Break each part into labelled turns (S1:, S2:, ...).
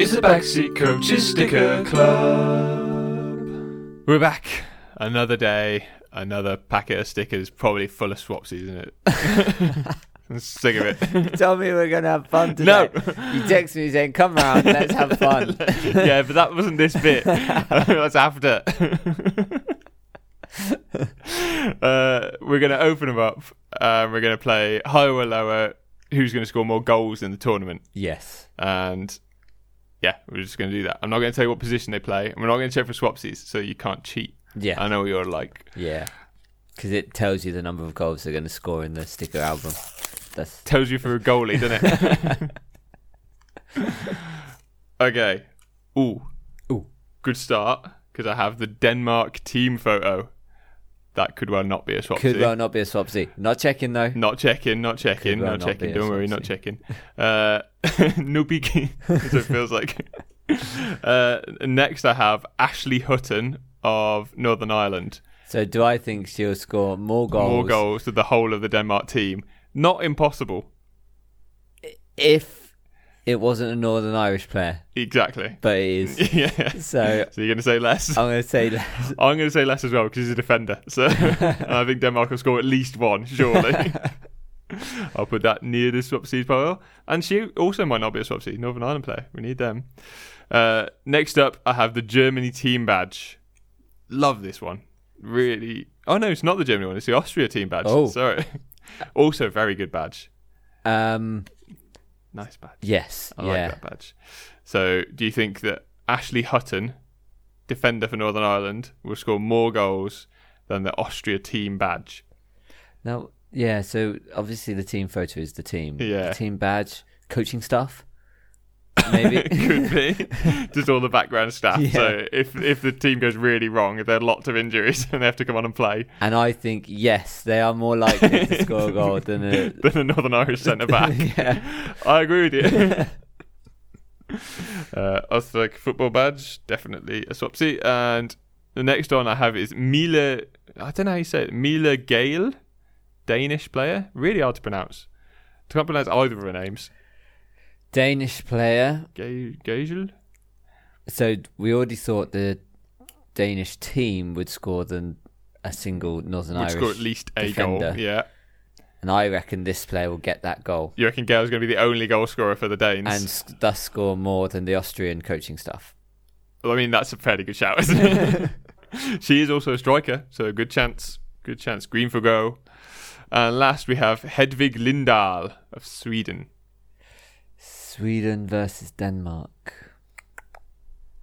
S1: It's the Backseat Coaches Sticker Club.
S2: We're back. Another day, another packet of stickers, probably full of swapsies, isn't it? I'm sick of it.
S3: Tell me we're gonna have fun
S2: No.
S3: today. You text me saying, "Come round, let's have fun."
S2: yeah, but that wasn't this bit. That's after. uh, we're going to open them up. Um, we're going to play higher or lower. Who's going to score more goals in the tournament?
S3: yes.
S2: And yeah, we're just going to do that. I'm not going to tell you what position they play. and We're not going to check for swapsies, so you can't cheat.
S3: Yeah.
S2: I know what you're like.
S3: Yeah. Because it tells you the number of goals they're gonna score in the sticker album. That's
S2: Tells you for a goalie, doesn't it? Okay. Ooh.
S3: Ooh.
S2: Good start because I have the Denmark team photo. That could well not be a swap.
S3: could
S2: see.
S3: well not be a swapsy. Not checking though.
S2: Not checking, not checking,
S3: Could well
S2: not
S3: not
S2: checking.
S3: be a
S2: Don't worry, not
S3: swap, see.
S2: checking. Uh, no peeking, as it feels like. Uh, next, I have Ashley Hutton of Northern Ireland.
S3: So do I think she'll score more goals?
S2: More goals to the whole of the Denmark team. Not impossible.
S3: If it wasn't a Northern Irish player,
S2: Exactly.
S3: but it is.
S2: yeah.
S3: So
S2: So you're going to say less?
S3: I'm gonna say less.
S2: I'm going to say less as well because he's a defender. So I think Denmark will score at least one, surely. I'll put that near the swap seed pile. And she also might not be a swap seed, Northern Ireland player. We need them. Uh, next up, I have the Germany team badge. Love this one. Really. Oh, no, it's not the Germany one. It's the Austria team badge.
S3: Oh.
S2: Sorry. also, very good badge.
S3: Um.
S2: Nice badge.
S3: Yes.
S2: I
S3: yeah.
S2: like that badge. So, do you think that Ashley Hutton, defender for Northern Ireland, will score more goals than the Austria team badge?
S3: Now, yeah, so obviously the team photo is the team.
S2: Yeah.
S3: The team badge, coaching staff, maybe.
S2: Could be just all the background stuff.
S3: Yeah.
S2: So, if if the team goes really wrong, if there are lots of injuries and they have to come on and play,
S3: and I think, yes, they are more likely to score a goal than a.
S2: then the Northern Irish centre back.
S3: yeah.
S2: I agree with you. uh, Ostrog football badge, definitely a swapsy. And the next one I have is Mila. I don't know how you say it. Mila Gale, Danish player. Really hard to pronounce. Can't pronounce either of her names.
S3: Danish player.
S2: Ge- Geisel?
S3: So we already thought the Danish team would score than a single Northern
S2: Would
S3: Irish.
S2: score at least a goal.
S3: defender.
S2: Yeah.
S3: And I reckon this player will get that goal
S2: You reckon Gale's going to be the only goal scorer for the Danes?
S3: and s- thus score more than the Austrian coaching staff.
S2: Well, I mean, that's a fairly good shout, isn't it? she is also a striker, so a good chance. Good chance. Green for goal. And last, we have Hedvig Lindahl of Sweden.
S3: Sweden versus Denmark.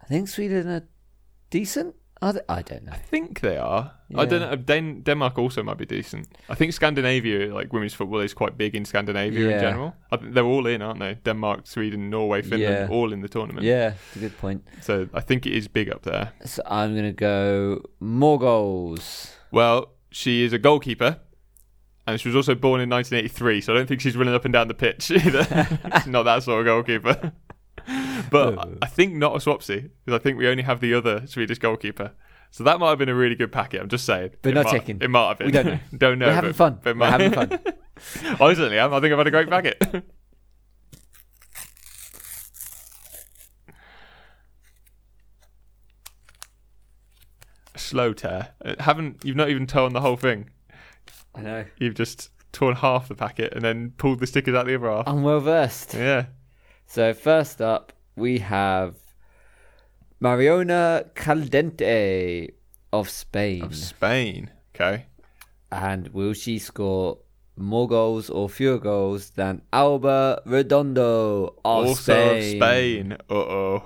S3: I think Sweden are decent. Are they? I don't know.
S2: I think they are. I don't
S3: Yeah.
S2: know. Den- Denmark also might be decent. I think Scandinavia, like women's football, is quite big in Scandinavia in
S3: Yeah.
S2: general. I think they're all in, aren't they? Denmark, Sweden, Norway, Finland,
S3: Yeah.
S2: all in the tournament.
S3: Yeah, it's a good point.
S2: So I think it is big up there.
S3: So I'm going to go more goals.
S2: Well, she is a goalkeeper, and she was also born in 1983, so I don't think she's running up and down the pitch either. she's not that sort of goalkeeper. But I- I think not a swapsy, because I think we only have the other Swedish goalkeeper. So that might have been a really good packet. I'm just saying.
S3: But
S2: It
S3: not
S2: might-
S3: checking.
S2: It might have been.
S3: We don't know.
S2: don't know.
S3: We're having
S2: but-
S3: fun.
S2: but it
S3: We're
S2: might-
S3: having fun.
S2: I certainly am. I think I've had a great packet. Slow tear. Uh, Haven't you've not even torn the whole thing.
S3: I know.
S2: You've just torn half the packet and then pulled the stickers out the other half.
S3: I'm well versed.
S2: Yeah.
S3: So first up, we have Mariona Caldente of Spain.
S2: Spain. Okay.
S3: and will she score more goals or fewer goals than Alba Redondo of
S2: also of Spain. Uh oh.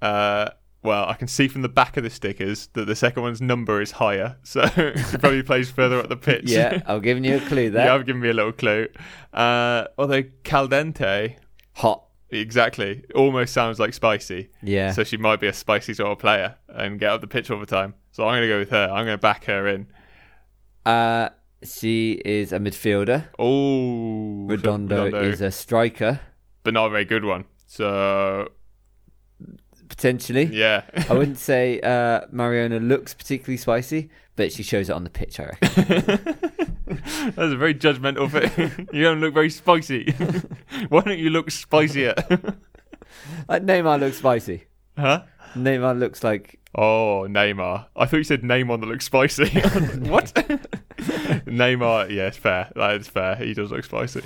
S2: Uh, well, I can see from the back of the stickers that the second one's number is higher, so she probably plays further up the pitch.
S3: Yeah, I'm giving you a clue there.
S2: Yeah, I've given me a little clue. Uh, although caldente,
S3: Hot.
S2: exactly, almost sounds like spicy.
S3: Yeah.
S2: So she might be a spicy sort of player and get up the pitch all the time. So I'm going to go with her. I'm going to back her in.
S3: Uh, she is a midfielder.
S2: Oh, so
S3: Redondo, is a striker,
S2: but not a very good one. So
S3: potentially.
S2: yeah,
S3: I wouldn't say uh, Mariona looks particularly spicy, but she shows it on the pitch, I reckon.
S2: that's a very judgmental thing. you don't look very spicy. Why don't you look spicier?
S3: Like Neymar looks spicy.
S2: Huh?
S3: Neymar looks like
S2: Oh, Neymar. I thought you said name on that looks spicy. what? Neymar, yeah, it's fair. That is fair. He does look spicy.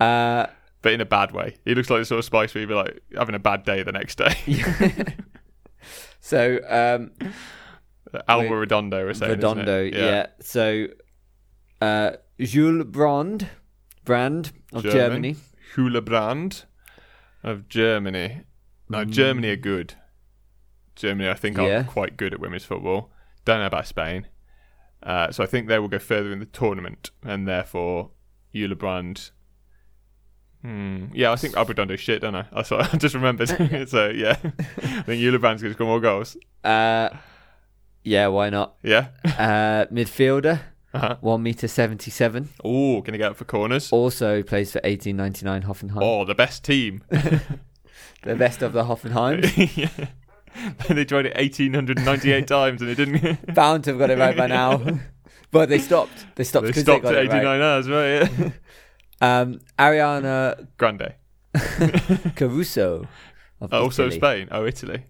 S3: uh
S2: But in a bad way. He looks like the sort of spice where you'd be like having a bad day the next day.
S3: so um
S2: Alba Redondo was saying. isn't it?
S3: Redondo, yeah. So uh Jules Brand Brand of
S2: German.
S3: Germany.
S2: Hulebrand of Germany. No, Germany are good. Germany, I think,
S3: Yeah.
S2: are quite good at women's football. Don't know about Spain. Uh, so I think they will go further in the tournament, and therefore Hulebrand. Hmm. Yeah, I think Abredondo shit, don't I? That's what I just remembered. so yeah, I think Hulebrand's going to score more goals.
S3: Uh yeah, why not?
S2: Yeah.
S3: Uh midfielder,
S2: Uh-huh.
S3: one meter seventy seven.
S2: Oh, going to get up for corners.
S3: Also plays for eighteen ninety nine Hoffenheim.
S2: Oh, the best team.
S3: The best of the Hoffenheim.
S2: yeah. they tried it 1898 times and it didn't.
S3: Bound to have got it right by now. but they stopped. They stopped
S2: They
S3: because
S2: stopped
S3: got
S2: at
S3: it
S2: 89
S3: right.
S2: hours, right? Yeah.
S3: Um Ariana
S2: Grande.
S3: Caruso of
S2: also
S3: Italy.
S2: Spain. Oh, Italy.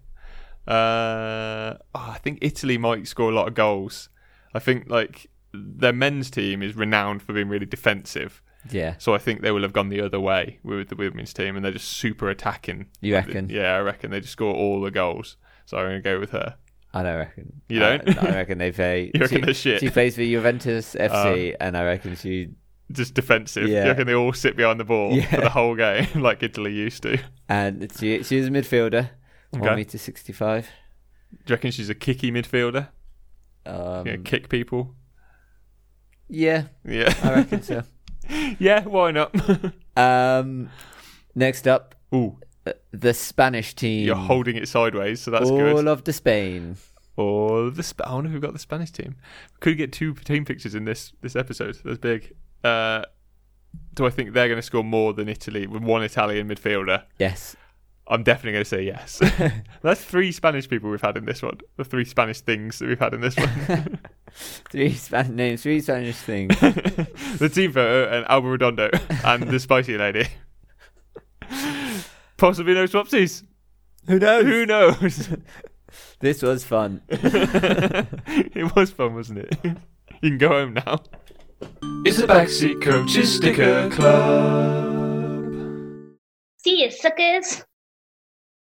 S2: Uh, oh, I think Italy might score a lot of goals. I think like their men's team is renowned for being really defensive,
S3: Yeah,
S2: so I think they will have gone the other way with the women's team, and they're just super attacking.
S3: you reckon?
S2: Yeah, I reckon they just score all the goals. So I'm gonna go with her.
S3: I don't reckon.
S2: You
S3: I-
S2: don't?
S3: I reckon they play.
S2: You reckon
S3: she,
S2: they're shit? Uh.
S3: She plays for Juventus FC, and I reckon she.
S2: Just defensive.
S3: Yeah.
S2: You reckon they all sit behind the ball
S3: Yeah.
S2: for the whole game like Italy used to? Do
S3: And she she's a midfielder, one
S2: Okay.
S3: meter sixty five.
S2: you reckon she's a kicky midfielder? Yeah,
S3: Um, yeah.
S2: kick people.
S3: I
S2: Yeah,
S3: reckon so.
S2: yeah. Why not?
S3: Um, next up,
S2: Ooh,
S3: uh, the Spanish team.
S2: You're holding it sideways, so that's
S3: all
S2: good.
S3: of the Spain.
S2: All of the Sp- I wonder who got the Spanish team. Could get two team pictures in this this episode. That's big. Uh, do I think they're going to score more than Italy with one Italian midfielder?
S3: Yes,
S2: I'm definitely going to say yes. that's three Spanish people we've had in this one. The three Spanish things that we've had in this one.
S3: three Spanish names, three Spanish things.
S2: the team photo and Alba Redondo and the spicy lady. Possibly no swapsies.
S3: Who knows?
S2: Who knows?
S3: This was fun.
S2: it was fun, wasn't it? You can go home now.
S1: It's the Backseat Coaches Sticker Club.
S4: See you, suckers.